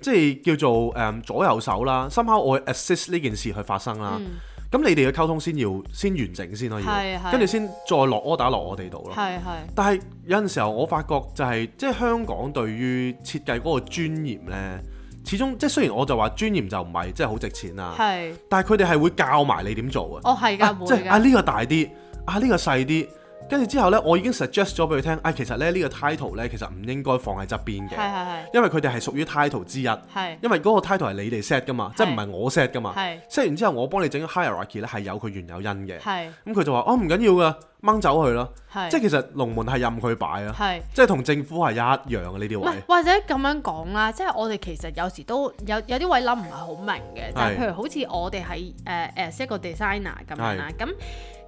Speaker 1: 即係叫做誒、嗯左右手啦，深刻我 assist 呢件事去發生啦。
Speaker 2: 嗯
Speaker 1: 咁、你哋嘅溝通先要先完整先可
Speaker 2: 係係
Speaker 1: 以，跟住先再落 order 落我哋度咯。
Speaker 2: 係係
Speaker 1: 但係有陣時候我發覺就係、即係香港對於設計嗰個專業呢，始終即係雖然我就話專業就唔係即係好值錢啊，
Speaker 2: 係，
Speaker 1: 但係佢哋係會教埋你點做啊。
Speaker 2: 哦係
Speaker 1: 啊
Speaker 2: 㗎，
Speaker 1: 即
Speaker 2: 會
Speaker 1: 係啊
Speaker 2: 㗎，
Speaker 1: 呢個大啲，啊呢個細啲，跟住之後呢，我已經 suggest 咗俾佢聽，啊其實咧呢個 title 呢，其實唔應該放喺側邊
Speaker 2: 係
Speaker 1: 嘅，
Speaker 2: 係
Speaker 1: 因為佢哋係屬於 title 之一，
Speaker 2: 係
Speaker 1: 因為嗰個 title 係你哋 set 噶嘛，即係唔係我 set 噶嘛
Speaker 2: 係
Speaker 1: ，set 完之後我幫你整 hierarchy 呢，係有佢原有因嘅，
Speaker 2: 係
Speaker 1: 咁佢就話哦唔緊要噶，掹走佢咯，
Speaker 2: 係
Speaker 1: 即係其實龍門係任佢擺啊，
Speaker 2: 係。
Speaker 1: 即係同政府係一樣嘅呢啲
Speaker 2: 唔係
Speaker 1: 位，
Speaker 2: 或者咁樣講啦，即係我哋其實有時都有有啲位諗唔係好明嘅，就
Speaker 1: 係
Speaker 2: 係譬如好似我哋係誒誒一個 designer 咁樣啦，咁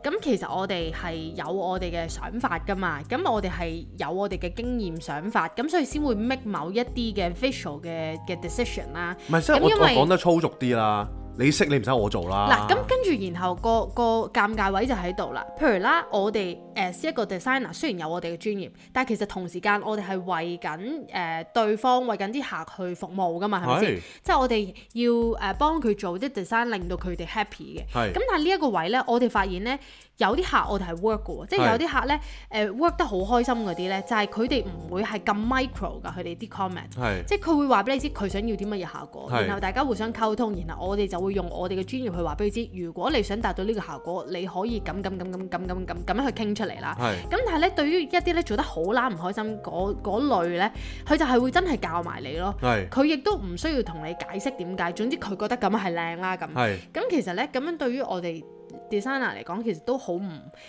Speaker 2: 咁其實我哋係有我哋嘅想法噶嘛，咁我哋係有我哋嘅經驗想法，咁所以先會 make 某一啲嘅 visual 嘅嘅 decision 啦。
Speaker 1: 唔係即係
Speaker 2: 咁
Speaker 1: 我
Speaker 2: 因
Speaker 1: 我
Speaker 2: 為
Speaker 1: 講得粗俗啲啦，你識你唔使我做啦
Speaker 2: 嗱，，咁跟住然後個個尷尬位就喺度啦。譬如啦，我哋呃誒一個 designer 雖然有我哋嘅專業，但係其實同時間我哋係為緊誒、呃、對方為緊啲客去服務噶嘛，係咪先
Speaker 1: 係？
Speaker 2: 即係我哋要誒、呃、幫佢做啲 design，令到佢哋 happy 嘅。
Speaker 1: 係
Speaker 2: 咁但係呢一個位呢，我哋發現呢，有啲客我哋係 work 嘅喎，即係
Speaker 1: 係
Speaker 2: 有啲客呢，誒、work 得好開心嗰啲呢，就係佢哋唔會係咁 micro 㗎，佢哋啲 comment。
Speaker 1: 係
Speaker 2: 即係佢會話俾你知佢想要啲乜嘢效果，
Speaker 1: 係
Speaker 2: 然後大家互相溝通，然後我哋就會用我哋嘅專業去話俾佢知，如果你想達到呢個效果，你可以咁咁咁咁咁咁咁咁樣去傾出嚟啦。
Speaker 1: 係
Speaker 2: 咁但係咧，對於一啲咧做得好啦唔開心嗰嗰類咧，佢就係會真係教埋你咯。
Speaker 1: 係
Speaker 2: 佢亦都唔需要同你解釋點解，總之佢覺得咁係靚啦咁。
Speaker 1: 係
Speaker 2: 咁其實咧，咁樣對於我哋 designer 嚟講，其實都好唔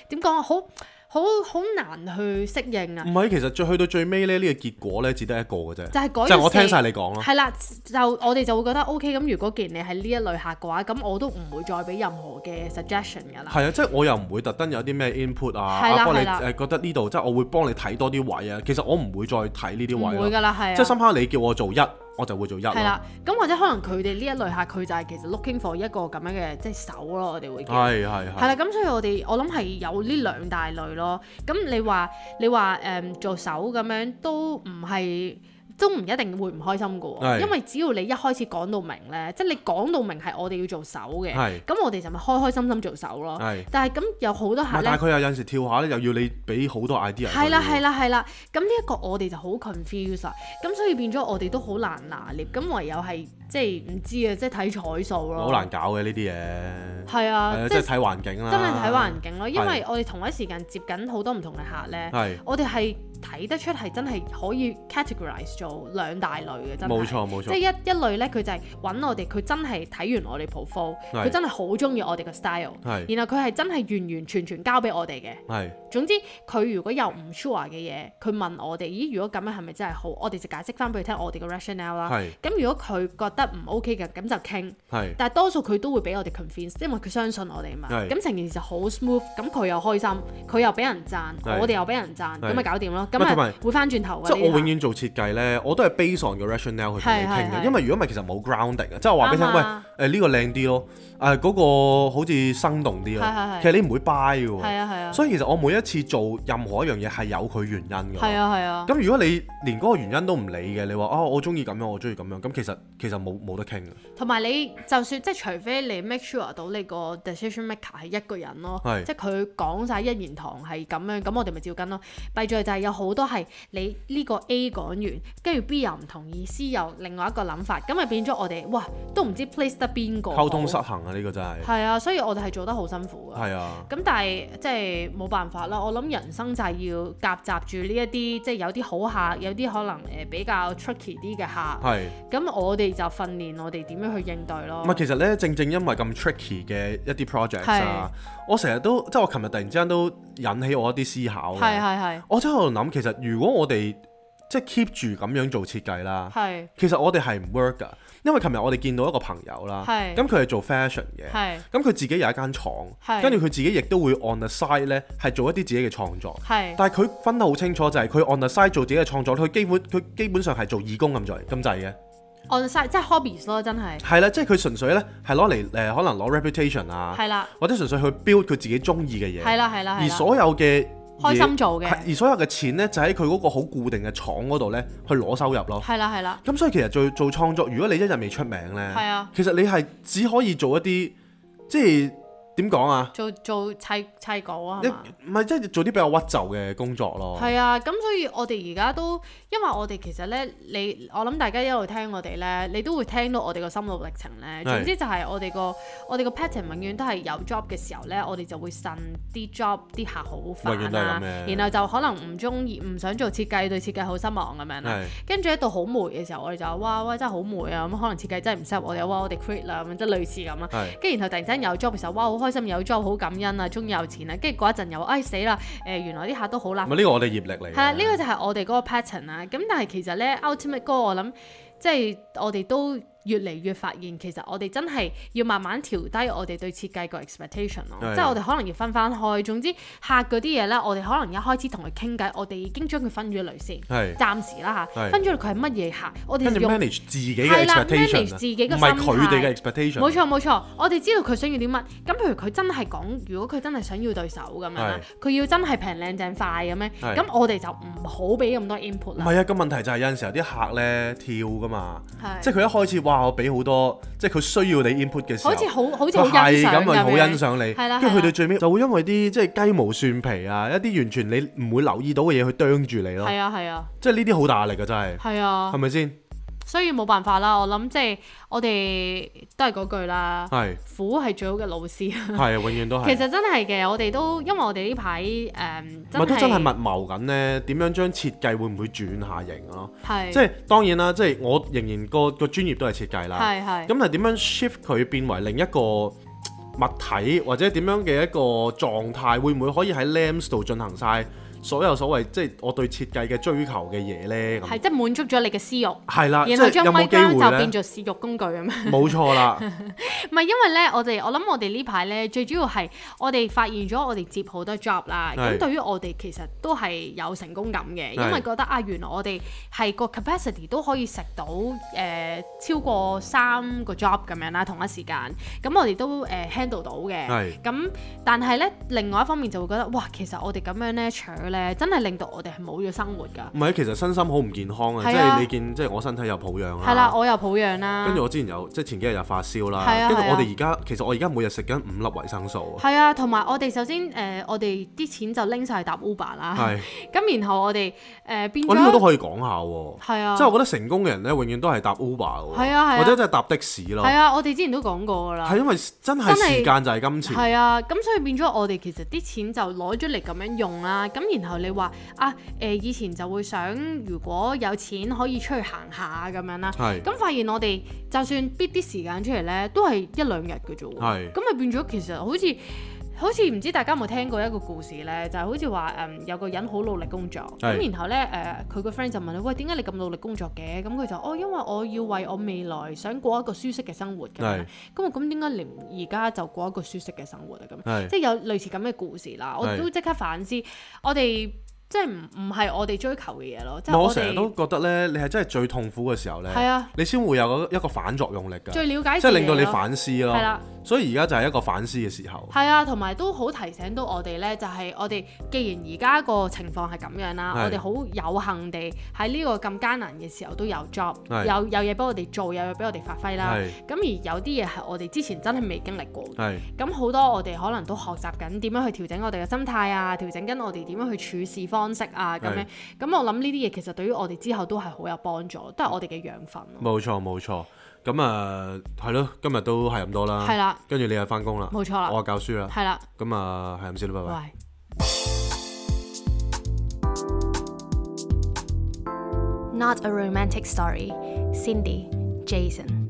Speaker 2: 點講，好好好難去適應啊
Speaker 1: 唔。係，其實最去到最尾咧，呢、個結果咧只得一個嘅啫，
Speaker 2: 就係嗰
Speaker 1: 就
Speaker 2: 日
Speaker 1: 係我聽
Speaker 2: 四
Speaker 1: 晒你講咯。
Speaker 2: 係啦，就我哋就會覺得 O K。咁如果既然你係呢一類客嘅話，咁我都唔會再俾任何嘅 suggestion 㗎啦。
Speaker 1: 係啊，即係我又唔會特登有啲咩 input 啊，
Speaker 2: 係啦
Speaker 1: 啊幫你
Speaker 2: 係啦
Speaker 1: 誒覺得呢度即係我會幫你睇多啲位啊。其實我唔會再睇呢
Speaker 2: 唔
Speaker 1: 啲
Speaker 2: 會
Speaker 1: 位咯，
Speaker 2: 㗎啦，係啊。
Speaker 1: 即係深刻你叫我做一，我就會做一
Speaker 2: 係
Speaker 1: 咯。
Speaker 2: 啦，咁或者可能佢哋呢一類客，佢就係其實 looking for 一個咁樣嘅即係手咯，我哋會叫。
Speaker 1: 係係
Speaker 2: 係
Speaker 1: 係
Speaker 2: 啦，咁所以我哋我諗係有呢兩大類咯。咁你話你話誒、嗯做手咁樣都唔係都唔一定會唔開心噶喎，
Speaker 1: 係
Speaker 2: 因為只要你一開始講到明呢，即係你講到明係我哋要做手嘅，
Speaker 1: 係
Speaker 2: 咁我哋就咪開開心心做手咯。
Speaker 1: 係。
Speaker 2: 但係咁有好多客
Speaker 1: 但係
Speaker 2: 呢，
Speaker 1: 佢又有陣時跳下咧，又要你俾好多 idea 佢。
Speaker 2: 係啦係啦係啦，咁呢一個我哋就好 confuse 啊，咁所以變咗我哋都好難拿捏，咁唯有係即係唔知啊，即係睇彩數咯。
Speaker 1: 好難搞嘅呢啲嘢。
Speaker 2: 係啊，
Speaker 1: 係
Speaker 2: 即
Speaker 1: 即係
Speaker 2: 係
Speaker 1: 睇環境啦。
Speaker 2: 真係睇環境咯，因
Speaker 1: 係
Speaker 2: 為我哋同一時間接緊好多唔同嘅客呢。
Speaker 1: 係
Speaker 2: 我哋係睇得出係真係可以 categorize 做兩大類嘅，真係
Speaker 1: 冇錯冇
Speaker 2: 即係
Speaker 1: 錯。
Speaker 2: 一一類咧，佢就係揾我哋，佢真係睇完我哋 profile，
Speaker 1: 係
Speaker 2: 佢真係好中意我哋個 style，
Speaker 1: 係
Speaker 2: 然後佢係真係完完全全交俾我哋嘅。
Speaker 1: 係
Speaker 2: 總之佢如果有唔 sure 嘅嘢，佢問我哋，咦？如果咁樣係咪真係好？我哋就解釋翻俾佢聽我哋嘅 rationale 啦。
Speaker 1: 係
Speaker 2: 咁如果佢覺得唔 OK 嘅，咁就傾。
Speaker 1: 係
Speaker 2: 但係多數佢都會俾我哋 convince，因為佢相信我哋嘛。
Speaker 1: 係
Speaker 2: 咁成件事就好 smooth，咁佢又開心，佢又俾人讚，
Speaker 1: 係
Speaker 2: 我哋又俾人讚，
Speaker 1: 係
Speaker 2: 咁咪搞掂咯。咁
Speaker 1: 同
Speaker 2: 咪
Speaker 1: 埋
Speaker 2: 會翻轉頭㗎。
Speaker 1: 即係我
Speaker 2: 呢
Speaker 1: 永
Speaker 2: 啲
Speaker 1: 遠做設計咧，我都係 base on 個 rationale 去同你傾
Speaker 2: 係係係
Speaker 1: 嘅，因為如果唔係其實冇 grounding 嘅，即係我話俾你聽，
Speaker 2: 啱啊
Speaker 1: 喂誒呢個靚啲咯，誒嗰個好似生動啲
Speaker 2: 係係
Speaker 1: 咯
Speaker 2: 係，
Speaker 1: 其實你唔會 buy 嘅
Speaker 2: 客係
Speaker 1: 喎，
Speaker 2: 啊係啊，
Speaker 1: 所以其實我每一次做任何一樣嘢係有佢原因嘅
Speaker 2: 係
Speaker 1: 喎。
Speaker 2: 啊係啊。
Speaker 1: 咁如果你連嗰個原因都唔理嘅，你話啊我中意咁樣，我中意咁樣，咁其實其實冇冇得傾嘅，
Speaker 2: 同埋你就算即係除非你 make sure 到你個 decision maker 係一個人咯，
Speaker 1: 係
Speaker 2: 即係佢講晒一言堂係咁樣，咁我哋咪照跟咯。弊在就係有好多係你呢個 A 講完，跟住 B 又唔同意，C 又另外一個諗法，咁咪變咗我哋哇都唔知 place 得邊個好
Speaker 1: 溝通失。衡啊呢個真係，
Speaker 2: 係啊，所以我哋係做得好辛苦㗎。
Speaker 1: 係啊，
Speaker 2: 咁但係即係冇辦法啦，我諗人生就係要夾雜住呢一啲，即係有啲好客，有啲可能誒、呃比較 tricky 啲嘅客。
Speaker 1: 係。
Speaker 2: 咁我哋就訓練我哋點樣去應對咯。
Speaker 1: 唔係，其實咧，正正因為咁 tricky 嘅一啲 project 啊，我成日都即係我琴日突然之間都引起我一啲思考嘅
Speaker 2: 係係係
Speaker 1: 我真係喺度諗，其實如果我哋即係 keep 住咁樣做設計啦，
Speaker 2: 係
Speaker 1: 其實我哋係唔 work 噶，因為琴日我哋見到一個朋友啦，
Speaker 2: 係
Speaker 1: 咁佢係做 fashion 嘅，
Speaker 2: 係
Speaker 1: 咁佢自己有一間廠
Speaker 2: 係，
Speaker 1: 跟住佢自己亦都會 on the side 咧係做一啲自己嘅創作。
Speaker 2: 係
Speaker 1: 但係佢分得好清楚，就係佢 on the side 做自己嘅創作，佢基本佢基本上係做義工咁滯咁滯嘅。
Speaker 2: on site 即係 hobbies 咯，真係
Speaker 1: 係啦，即係佢純粹咧係攞嚟誒，可能攞 reputation 啊，
Speaker 2: 係啦
Speaker 1: 或者純粹去 build 佢自己中意嘅
Speaker 2: 係
Speaker 1: 嘢，
Speaker 2: 啦係啦
Speaker 1: 而
Speaker 2: 係啦，
Speaker 1: 所有嘅
Speaker 2: 開
Speaker 1: 嘢
Speaker 2: 心做嘅
Speaker 1: 係而所有嘅錢咧就喺佢嗰個好固定嘅廠嗰度咧去攞收入咯。
Speaker 2: 係啦係啦
Speaker 1: 咁所以其實做做創作，如果你一日未出名咧，
Speaker 2: 係啊
Speaker 1: 其實你係只可以做一啲即係點講啊？
Speaker 2: 做做砌砌稿啊
Speaker 1: 一哦
Speaker 2: 係嘛。
Speaker 1: 唔係即係做啲比較屈就嘅工作咯。
Speaker 2: 係啊，咁所以我哋而家都，因為我哋其實咧，你我諗大家一路聽我哋咧，你都會聽到我哋個心路歷程咧。總之就係我哋個我哋個 pattern 永遠都係有 job 嘅時候咧，我哋就會呻啲 job 啲客好
Speaker 1: 永遠
Speaker 2: 煩
Speaker 1: 都係咁
Speaker 2: 啊，
Speaker 1: 嘅
Speaker 2: 然後就可能唔中意唔想做設計，對設計好失望咁樣啦
Speaker 1: 係。
Speaker 2: 跟住喺度好攰嘅時候，我哋就話哇哇真係好攰啊！咁可能設計真係唔適合我哋，哇我哋 quit 啦咁樣，即係類似咁啦。啊
Speaker 1: 係
Speaker 2: 跟住然後突然之間有 job 嘅時候，哇好開心有 job 好感恩啊，終於有錢啦。跟住嗰一陣又哎唉死啦，誒、原來啲客都好
Speaker 1: 唔
Speaker 2: 啦
Speaker 1: 係。呢個我哋業力嚟嘅？
Speaker 2: 係啦，呢、個就係我哋嗰個 pattern 啦。咁但係其實咧，ultimate goal 我諗即係我哋都越嚟越發現，其實我哋真係要慢慢調低我哋對設計個 expectation 咯。
Speaker 1: 係
Speaker 2: 即係我哋可能要分翻開。總之客嗰啲嘢咧，我哋可能一開始同佢傾偈，我哋已經將佢分咗類先，
Speaker 1: 係
Speaker 2: 暫時啦嚇，
Speaker 1: 係
Speaker 2: 分咗類佢係乜嘢客，我哋
Speaker 1: 跟
Speaker 2: 就
Speaker 1: 住
Speaker 2: 用。
Speaker 1: manage 自己嘅
Speaker 2: 係啦，manage
Speaker 1: expectation 啊
Speaker 2: 自己嘅
Speaker 1: 唔係佢哋嘅
Speaker 2: 心
Speaker 1: expectation。啊
Speaker 2: 冇錯冇錯，我哋知道佢想要啲乜。咁譬如佢真係講，如果佢真係想要對手咁樣啦，佢要真係平靚正快咁樣，
Speaker 1: 係
Speaker 2: 咁我哋就唔好俾咁多 input
Speaker 1: 唔
Speaker 2: 啦。
Speaker 1: 係啊，個問題就係有陣時候啲客咧跳噶嘛，
Speaker 2: 係
Speaker 1: 即係佢一開始哇，我俾好多，即係佢需要你 input 嘅時候，
Speaker 2: 好似好好似好
Speaker 1: 佢
Speaker 2: 欣賞
Speaker 1: 係咁咪好
Speaker 2: 咁樣
Speaker 1: 欣賞啊你，
Speaker 2: 係啦
Speaker 1: 跟住佢
Speaker 2: 係啦
Speaker 1: 到最尾就會因為啲即係雞毛蒜皮啊，一啲完全你唔會留意到嘅嘢去啄住你咯
Speaker 2: 係，啊係啊
Speaker 1: 即係呢啲好大壓力㗎真係，
Speaker 2: 係
Speaker 1: 係
Speaker 2: 啊，
Speaker 1: 咪先？
Speaker 2: 所以冇辦法啦。我諗即係我哋都係嗰句啦，
Speaker 1: 係
Speaker 2: 苦係最好嘅老師。
Speaker 1: 啊係 啊，永遠都
Speaker 2: 其
Speaker 1: 係。
Speaker 2: 實真係嘅，我哋都因為我哋呢排誒真
Speaker 1: 咪都真係
Speaker 2: 係
Speaker 1: 密謀緊呢，點樣將設計會唔會轉下型咯？
Speaker 2: 係
Speaker 1: 即係當然啦，即係我仍然個個專業都係設計啦。
Speaker 2: 係係
Speaker 1: 咁但係點樣 shift 佢變為另一個嘖物體，或者點樣嘅一個狀態，會唔會可以喺 Lams 度進行晒所有所謂即係我對設計嘅追求嘅嘢呢？
Speaker 2: 係
Speaker 1: 咁
Speaker 2: 即係滿足咗你嘅私欲，
Speaker 1: 係啦，即
Speaker 2: 然後
Speaker 1: 係
Speaker 2: 將
Speaker 1: 有冇
Speaker 2: mic
Speaker 1: 機
Speaker 2: 就
Speaker 1: 會
Speaker 2: 變
Speaker 1: 呢？
Speaker 2: 做私欲工具咁樣。
Speaker 1: 冇錯啦，
Speaker 2: 唔係因為咧，我哋我諗我哋呢排咧，最主要係我哋發現咗我哋接好多 job 啦。
Speaker 1: 係
Speaker 2: 咁對於我哋其實都係有成功感嘅，因
Speaker 1: 係
Speaker 2: 為覺得啊，原來我哋係個 capacity 都可以食到誒、呃超過三個 job 咁樣啦，同一時間。咁我哋都誒、呃 handle 到嘅。
Speaker 1: 係
Speaker 2: 咁但係咧，另外一方面就會覺得哇，其實我哋咁樣咧搶水咧，真係令到我哋係冇咗生活㗎。
Speaker 1: 唔係，其實身心好唔健康啊！
Speaker 2: 係
Speaker 1: 即
Speaker 2: 啊
Speaker 1: 係你見，即係我身體有抱恙啊
Speaker 2: 係啦，我又抱恙啦。
Speaker 1: 跟住我之前有，即係前幾日有發燒啦
Speaker 2: 係啊，
Speaker 1: 跟住
Speaker 2: 係啊
Speaker 1: 我哋而家其實我而家每日食緊五粒維生素啊，
Speaker 2: 係啊，同埋我哋首先誒、呃我哋啲錢就拎晒去搭 Uber 啦。
Speaker 1: 係，
Speaker 2: 咁然後我哋誒、呃、變
Speaker 1: 我呢個都
Speaker 2: 咗
Speaker 1: 可以講下喎，
Speaker 2: 係啊，
Speaker 1: 即係我覺得成功嘅人咧，永遠都係搭 Uber 嘅喎，
Speaker 2: 係啊係啊
Speaker 1: 或者真係搭的士咯
Speaker 2: 係，啊，我哋之前都講過㗎啦
Speaker 1: 係。因為真係
Speaker 2: 真係
Speaker 1: 時間就係金錢，
Speaker 2: 係啊，咁所以變咗我哋其實啲錢就攞咗嚟咁樣用啦。咁然後你話啊，誒、以前就會想如果有錢可以出去行下咁樣啦。
Speaker 1: 係
Speaker 2: 咁發現我哋就算逼啲時間出嚟呢，都係一兩日嘅啫喎。
Speaker 1: 係
Speaker 2: 咁咪變咗其實好似好似唔知大家有冇聽過一個故事呢，就係、好似話誒有個人好努力工作，
Speaker 1: 係
Speaker 2: 咁然後呢，誒佢個 friend 就問佢：喂，點解你咁努力工作嘅？咁佢就哦，因為我要為我未來想過一個舒適嘅生活咁樣
Speaker 1: 係。
Speaker 2: 咁我咁點解你唔而家就過一個舒適嘅生活啊？咁
Speaker 1: 係
Speaker 2: 即係有類似咁嘅故事啦。我
Speaker 1: 係
Speaker 2: 都即刻反思，我哋即係唔唔係我哋追求嘅嘢咯，即
Speaker 1: 唔係
Speaker 2: 係
Speaker 1: 我
Speaker 2: 我
Speaker 1: 成日都
Speaker 2: 哋
Speaker 1: 覺得咧，你係真係最痛苦嘅時候咧，
Speaker 2: 係啊
Speaker 1: 你先會有一個反作用力㗎，
Speaker 2: 最了解
Speaker 1: 即係
Speaker 2: 自己
Speaker 1: 令到你
Speaker 2: 咯
Speaker 1: 反思
Speaker 2: 係啦
Speaker 1: 咯。所以而家就係一個反思嘅時候，
Speaker 2: 係啊，同埋都好提醒到我哋呢，就係、我哋既然而家個情況係咁樣啦，
Speaker 1: 係
Speaker 2: 我哋好有幸地喺呢個咁艱難嘅時候都有 job，
Speaker 1: 係
Speaker 2: 有有嘢俾我哋做，有嘢俾我哋發揮啦
Speaker 1: 係。
Speaker 2: 咁而有啲嘢係我哋之前真係未經歷過嘅。
Speaker 1: 係
Speaker 2: 咁好多我哋可能都學習緊點樣去調整我哋嘅心態啊，調整緊我哋點樣去處事方式啊，咁樣
Speaker 1: 係。
Speaker 2: 咁我諗呢啲嘢其實對於我哋之後都係好有幫助，都係我哋嘅養分咯。
Speaker 1: 冇錯冇錯。咁啊係咯，今日都係咁多啦。
Speaker 2: 係啦，
Speaker 1: 跟住你又翻工啦，
Speaker 2: 冇錯啦
Speaker 1: 我又教書啦。
Speaker 2: 係啦，
Speaker 1: 咁啊係咁先啦，拜拜。
Speaker 2: 喂。
Speaker 4: Not a romantic story. Cindy, Jason.